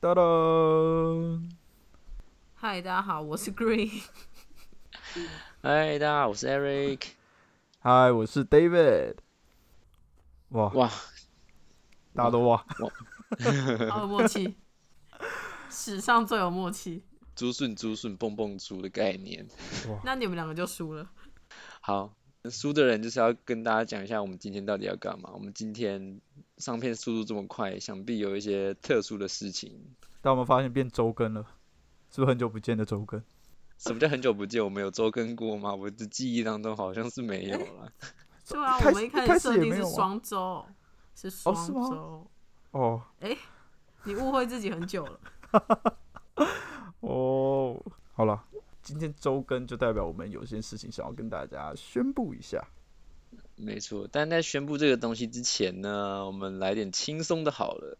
哒哒！嗨，大家好，我是 Green。嗨，大家好，我是 Eric。嗨，我是 David。哇，哇，大家都哇！好有默契，史上最有默契。朱顺朱顺蹦蹦猪的概念。那你们两个就输了。好，输的人就是要跟大家讲一下，我们今天到底要干嘛。我们今天上片速度这么快，想必有一些特殊的事情。但我们发现变周更了，是不是很久不见的周更？什么叫很久不见？我们有周更过吗？我的记忆当中好像是没有了。对啊，开我始们一一开开始始设也定没是有啊哦双周，是双是吗周。哦你误会自己 很久了。哦，好了，今天周更就代表我们有些事情想要跟大家宣布一下。没错，但在宣布这个东西之前呢，我们来点轻松的好了。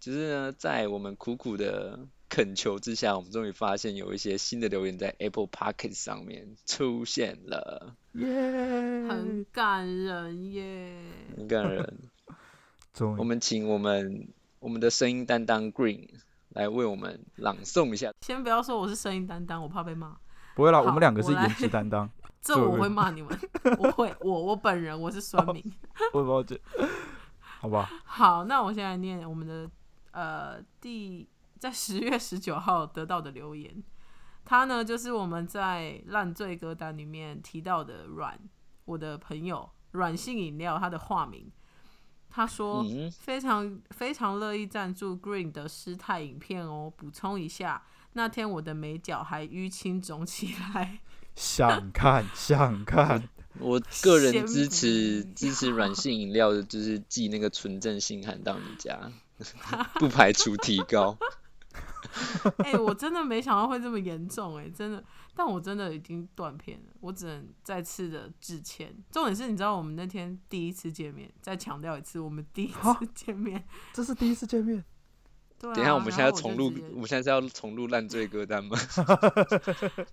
就是呢，在我们苦苦的恳求之下，我们终于发现有一些新的留言在 Apple p o c k e t 上面出现了，耶！很感人耶！很感 人。终我于，们请我们我们的声音担当 Green 来为我们朗诵一下。先不要说我是声音担当，我怕被骂。不会啦，好我们两个是我来颜值担当。 这我会骂你们，我会，我我本人我是酸民。我也不知道这，好吧？好，那我现在念我们的呃第在十月十九号得到的留言，他呢就是我们在烂醉歌单里面提到的阮，我的朋友软性饮料，他的化名。他说嗯非常非常乐意赞助 Green 的师太影片哦。补充一下，那天我的眉角还淤青肿起来，想看，想 看，我个人先支持不支持软性饮料的，就是寄那个纯正信函到你 家，不排除提高。 哎、我真的没想到会这么严重、哎，真的，但我真的已经断片了，我只能再次的致歉。重点是，你知道我们那天第一次见面，再强调一次，我们第一啊次 见面。这是第一次见面。 对、啊，等一下，我们现在然后要我重就录直接，我们现在是要重录烂醉歌单吗？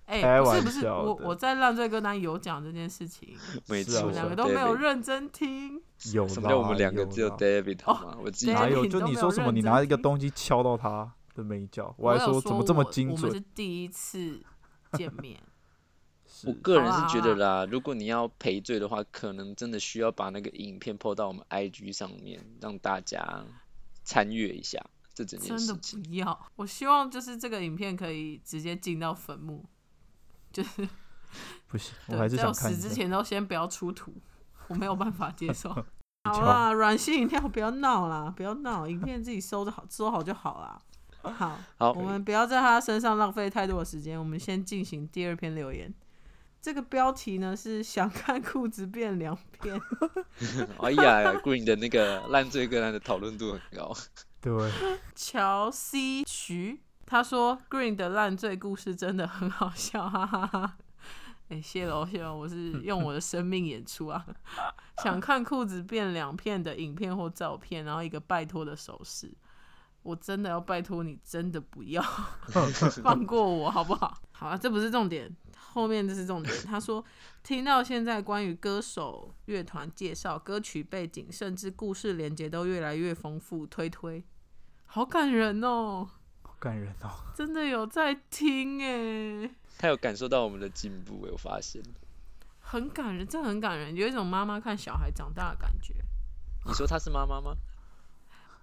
哎、开不是玩不是，笑我的我在烂醉歌单有讲这件事情，没是啊我错们是啊两个都没有，David 认真听。有什啦么叫我们两个啊只有啦 David 好吗？我自己哦哪对有？你就都你没说有什么？认你真拿一个听东西敲到他的眉角，我还有说怎么这么精我我们准？是第一次见面，是我个人好是啦觉好啊得啦，如果你要赔罪的话，可能真的需要把那个影片 po 到我们 IG 上面，让大家参阅一下 这整件真事的情。不要。我希望就是这个影片可以直接进到坟墓，就是。不行，我对，还是在想我看死一之下。前都先不要出图，我没有办法 接受。瞧好啊啦，软性饮料不要闹啦，不要闹，影片自己收的好，收好就好啦。好，好我，们不要在他身上浪费太多的时间，我们先进行第二篇留言。这个标题呢是想看裤子变凉片，哎呀，Green 的那个烂醉歌单的讨论度很 高，对，乔西徐他说 Green 的烂醉故事真的很好笑，哈哈哈。哎、谢喽谢喽，我是用我的生命演出啊！ 想看裤子变两片的影片或照片，然后一个拜托的手势，我真的要拜托你，真的不要放过我好不好？好啊，这不是重点，后面这是重点。他说听到现在关于歌手、乐团介绍、歌曲背景，甚至故事连接都越来越丰富，推推。好感人哦，好感人哦。真的有在听欸诶，他有感受到我们的进步，我有发现。很感人，真的很感人，有一种妈妈看小孩长大的感觉。你说他是妈 妈吗？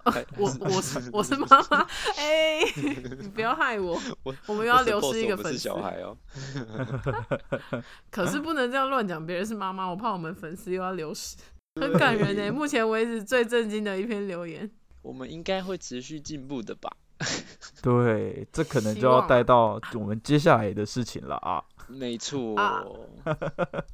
还 我我是我是妈妈，哎、 你不要害我，我我们又要我流 suppose 失一个我不粉是丝小。孩啊哦。可是不能这样乱讲，别人是妈妈，我怕我们粉丝又要流 失。很感人诶，目前为止最震惊的一篇留言。我们应该会持续进步的吧？对，这可能希就要望带到我们接下来的事情了 啊。没错，啊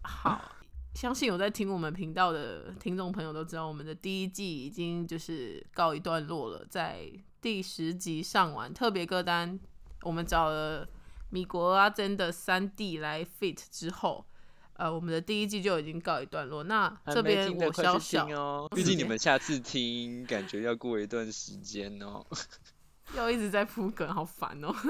好，相信有在听我们频道的听众朋友都知道，我们的第一季已经就是告一段落了，在第十集上完特别歌单，我们找了米国阿珍的三 D 来 fit 之后，呃，我们的第一季就已经告一段落。那还这没边听的我快小去小听哦，我毕小竟你小们下次听，感觉要过一段时间 哦。又一直在铺梗，好烦哦。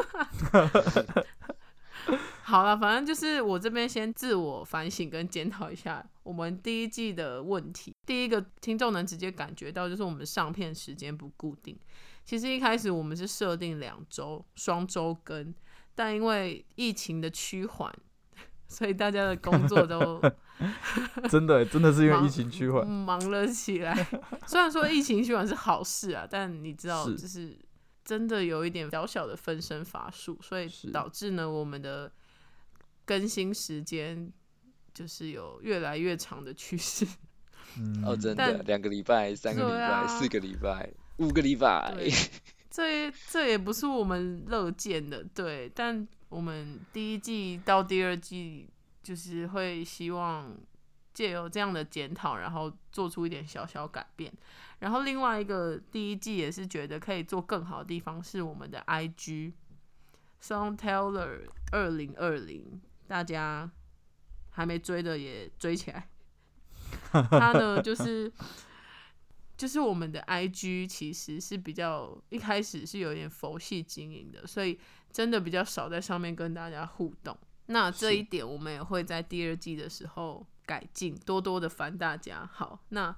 好了，反正就是我这边先自我反省跟检讨一下我们第一季的问题。第一个，听众能直接感觉到就是我们上片时间不固定；其实一开始我们是设定两周双周更，但因为疫情的趋缓， 所以大家的工作都真的真的是因为忙疫情趋缓，忙了起来。 虽然说疫情趋缓是好事啊，但你知道，是就是真的有一点小小的分身乏术，所以是导致呢我们的更新时间就是有越来越长的趋势。嗯，哦，真的，但两个礼拜、三个礼对拜、啊四个礼拜、五个礼拜，对这这也不是我们乐见的，对。但我们第一季到第二季，就是会希望借由这样的检讨，然后做出一点小小改变。然后另外一个第一季也是觉得可以做更好的地方，是我们的 IG Song Teller 二零二零，大家还没追的也追起来。它呢，就是就是我们的 IG 其实是比较一开始是有点佛系经营的，所以真的比较少在上面跟大家互动。那这是一点我们也会在第二季的时候改进，多多的烦大家。好，那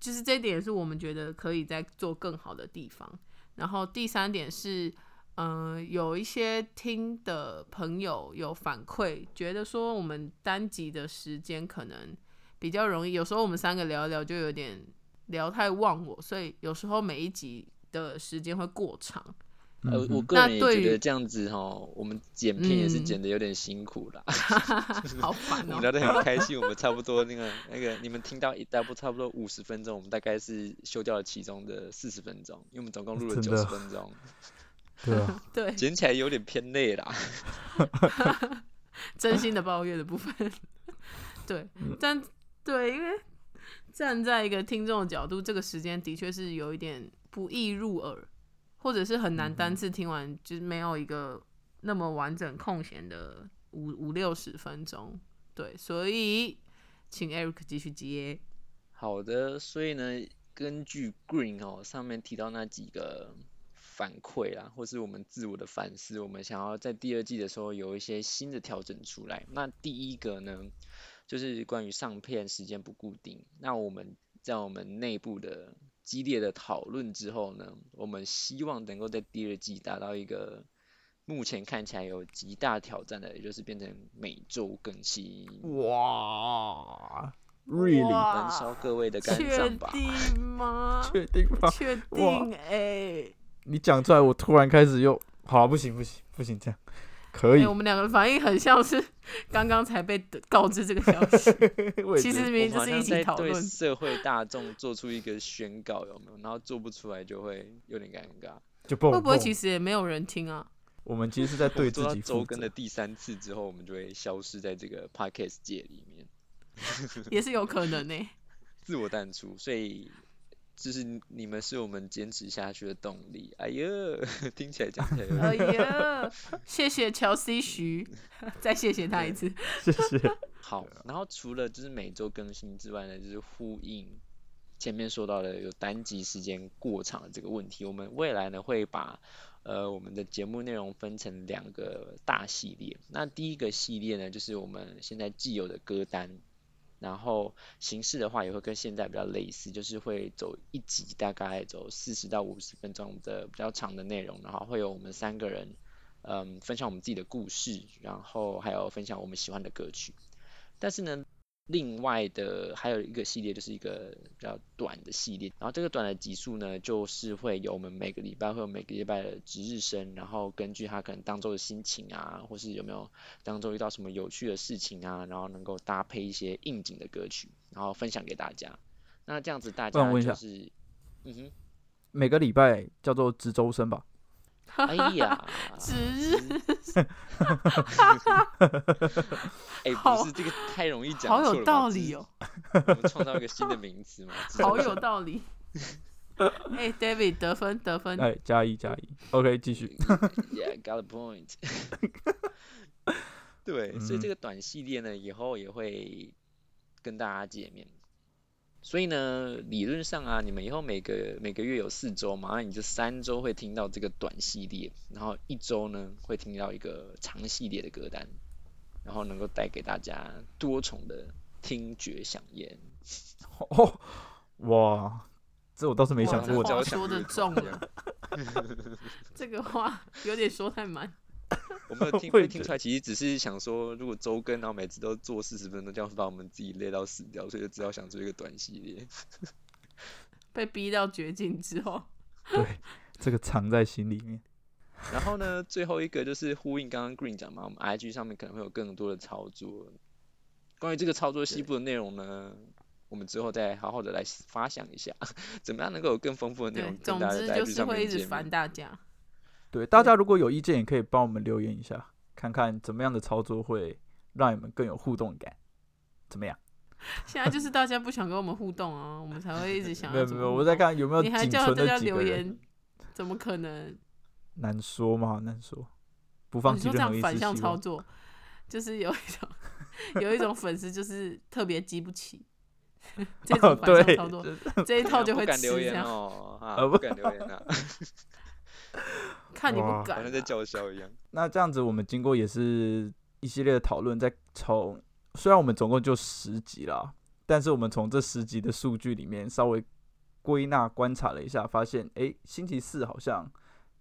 就是这一点也是我们觉得可以再做更好的地方。然后第三点是，嗯、有一些听的朋友有反馈，觉得说我们单集的时间可能比较容易，有时候我们三个聊一聊就有点聊太忘我，所以有时候每一集的时间会过长。嗯 呃，我嗯个那人也对觉于得这样子哈，我们剪片也是嗯剪的有点辛苦啦。好烦我哦、们聊得很开心，我们差不多那个 那个，你们听到一大部差不多五十分钟，我们大概是修掉了其中的四十分钟，因为我们总共录了真九十的分钟，对啊， 对，剪起来有点偏累啦。真心的抱怨的部分。 对，但对，因为站在一个听众的角度，这个时间的确是有一点不易入耳，或者是很难单次听完，就是没有一个那么完整空闲的五五六十分钟。对，所以请 Eric 继续接。好的，所以呢，根据 Green 哦上面提到那几个反馈啦，或是我们自我的反思，我们想要在第二季的时候有一些新的调整出来。那第一个呢，就是关于上片时间不固定。那我们在我们内部的激烈的讨论之后呢，我们希望能够在第二季达到一个目前看起来有极大挑战的，也就是变成每周更新。哇，really 哇燃烧各位的肝确脏吧。定吗？ 确定吗？确哇定哎、你讲出来，我突然开始又好了，不行不行不行，这样可哎、以我，们两个的反应很像是 刚刚才被告知这个 消息。 我也其觉得实我明明们就好是像一起在讨 对论，社会大众做出一个宣告，有没有？然后做不出来就会有点尴尬。就蹦会不会蹦其实也没有人听 啊？我们其实是在我们对做自到己周负更的责，第三次之后，我们就会消失在这个 podcast 界里面，也是有可能呢、 自我淡出。所以就是你们是我们坚持下去的动力。哎呦， 听起来讲起来有哎点呀，谢谢乔西徐，再谢谢他一次。谢谢。好。然后除了就是每周更新之外呢，就是呼应前面说到的有单集时间过长的这个问题，我们未来呢会把呃我们的节目内容分成两个大系列。那第一个系列呢，就是我们现在既有的歌单，然后形式的话也会跟现在比较类似，就是会走一集大概走四十到五十分钟的比较长的内容，然后会有我们三个人。嗯，分享我们自己的故事，然后还有分享我们喜欢的歌曲。但是呢，另外的还有一个系列，就是一个比较短的系列。然后这个短的集数呢，就是会有我们每个礼拜会有每个礼拜的值日生，然后根据他可能当周的心情啊，或是有没有当周遇到什么有趣的事情啊，然后能够搭配一些应景的歌曲，然后分享给大家。那这样子大不然家问一就下是，嗯哼，每个礼拜叫做值周生吧， 哎呀，值 日哎、好不是这个太容易讲好错有了吧道值理哦、我们创造一个新的名词 嘛，值好日有道理。哎、d a v i d 得分得分，哎，加一加一，OK，继 续。 Yeah, got a point 。对，所以这个短系列呢，以后也会跟大家见面。所以呢，理论上啊，你们以后每个每个月有四周嘛，那你就三周会听到这个短系列，然后一周呢会听到一个长系列的歌单，然后能够带给大家多重的听觉飨宴。哦哦，哇，这我倒是没想哇过这的。话说得重了。 这个话有点说太满。我 没有听我也会听觉出来，其实只是想说，如果周更，然后每次都做四十分钟，这样会把我们自己累到死掉，所以就只好想做一个短系列。被逼到绝境之后，对，这个藏在心里面。然后呢，最后一个就是呼应刚刚 Green 讲嘛，我们 IG 上面可能会有更多的操作。关于这个操作西部的内容呢，我们之后再好好的来发想一下，怎么样能够有更丰富的内对容，跟总大家之在就 IG 是上会一面直见烦面。大家。对，大家如果有意见，也可以帮我们留言一下，看看怎么样的操作会让你们更有互动感，怎么样？现在就是大家不想跟我们互动啊，我们才会一直想没要有怎没么有，互我在动。看有没有你还仅叫存大的家几个留人，言，怎么可能？难说嘛，难说。不放哦你弃说这任样何一丝反向希操望。作，就是有一种有一种粉丝就是特别激 不起，这种哦反向对操作，这这 一怎么套样就会啊不敢吃留这言样，哦，啊，呃不敢留言啊，看你不哇敢好啊、像在叫嚣 一样。那这样子，我们经过也是一系列的讨论，在从虽然我们总共就十集啦，但是我们从这十集的数据里面稍微归纳观察了一下，发现诶，星期四好像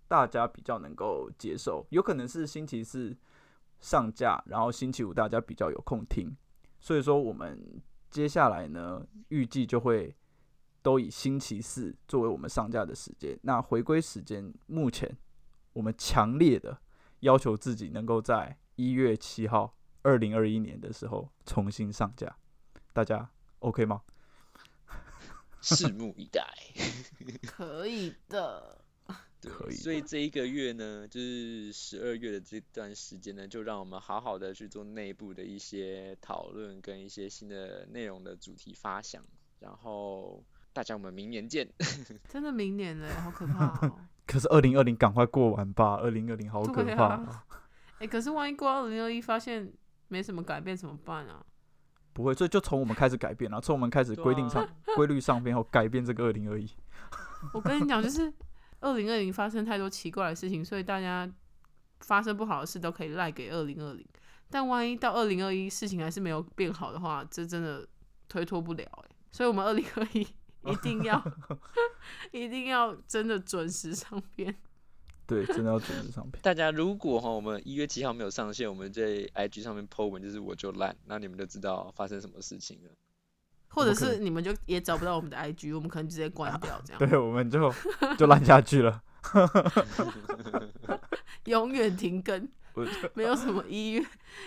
大家比较能够接受，有可能是星期四上架，然后星期五大家比较有空听，所以说我们接下来呢，预计就会都以星期四作为我们上架的时间。那回归时间，目前我们强烈的要求自己能够在一月七号，二零二一年的时候重新上架，大家 OK 吗？拭目以待。可以的。对可以所以这一个月呢，就是十二月的这段时间呢，就让我们好好的去做内部的一些讨论跟一些新的内容的主题发想，然后大家我们明年见。真的明年嘞，好可怕 哦！可是二零二零赶快过完吧，二零二零好可对怕、啊哎、可是万一过二零二一发现没什么改变怎么办啊？不会，所以就从我们开始改变啦，从我们开始对规定 上、 啊规律上边后改变这个二零二一。我跟你讲，就是 二零二零发生太多奇怪的事情，所以大家发生不好的事都可以赖给二零二零。但万一到二零二一事情还是没有变好的话，这真的推脱不了哎、所以我们二零二 一一定要 一定要真的准时上片。对，真的要组织上 边。大家如果哈我们一月七号没有上线，我们在 IG 上面 po 文就是我就烂，那你们就知道发生什么事情了。或者我们可是你们就也找不到我们的 IG，我们可能直接关掉，这样对，我们就就烂下去 了。永远停更， 我就没有什么一月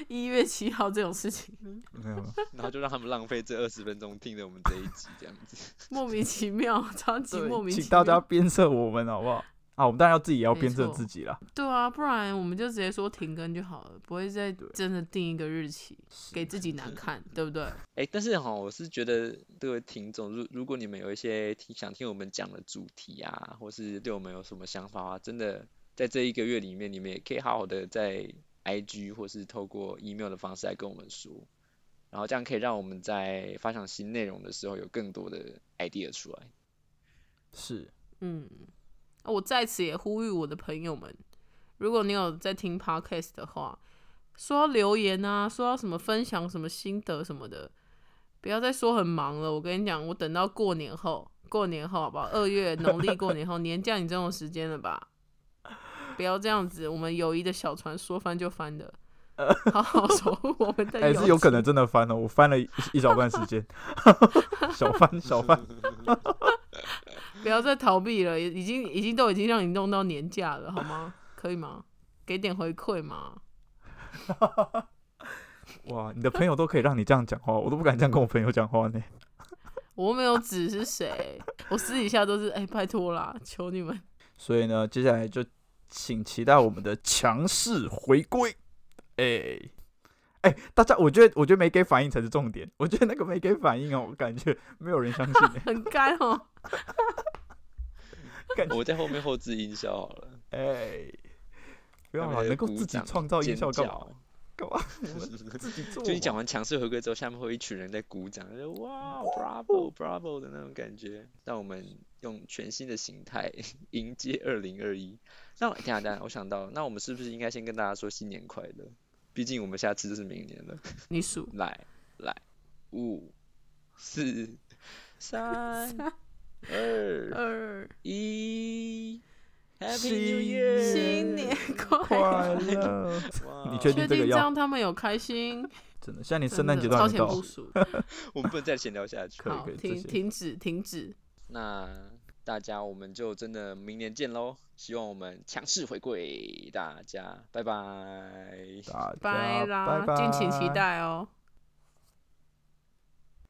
一月七号这种事情，没有了，然后就让他们浪费这二十分钟听着我们这一集这样子。莫名其妙，超级莫名其请大妙。家鞭策我们好不好？啊，我们当然要自己也要没鞭策错自己啦。对啊，不然我们就直接说停更就好了，不会再对真的定一个日期给自己难看，对 不对？哎，但是哈，我是觉得各位听众，如如果你们有一些听想听我们讲的主题啊，或是对我们有什么想法啊，真的在这一个月里面，你们也可以好好的在 IG 或是透过 email 的方式来跟我们说，然后这样可以让我们在发想新内容的时候有更多的 idea 出来。是，嗯，啊我在此也呼吁我的朋友们，如果你有在听 podcast 的话，说到留言啊，说到什么分享什么心得什么的，不要再说很忙了。我跟你讲，我等到过年后，过年后好不好？二月农历过年后， 年假你真有时间了吧？不要这样子，我们友谊的小船说翻就 翻的，好好守护我们的友哎、情。是有可能真的翻了，我翻了一一小段时间， 小翻小翻。不要再逃避了，也已经已经都已经让你弄到年假了，好吗？可以吗？给点回馈嘛。 哇，你的朋友都可以让你这样讲话，我都不敢这样跟我朋友讲话呢。我又没有指是谁， 我私底下都是哎、拜托啦，求你们。所以呢，接下来就请期待我们的强势回归。哎、哎、大家，我觉得我觉得没给反应才是重点，我觉得那个没给反应哦，我感觉没有人相信、 欸。很干哦，我在后面后置音效好了，哎、不要他啦，能们在够鼓自己掌创造音尖效干嘛？叫干嘛？我们自己做嘛。就 你讲完强势回归之后，下面会有一群人在鼓掌，就哇，bravo bravo 的那种感觉，让我们用全新的形态 迎接二零二一。那等一下等一下，我想到，那我们是不是应该先跟大家说新年快乐？毕竟我们下次就是明年了。你数来来，五四三二二一，Happy 新 New Year！新年快乐！快乐！哇你确确定这个定这要样他们有开心？真的，现在连真哎圣诞节的都超还没前到，部署。我们不能再闲聊下去可以。好，可以这停些停止停止，那大家我们就真的明年见喽，希望我们强势回归，大家拜拜。大家拜啦，拜敬请期拜待哦。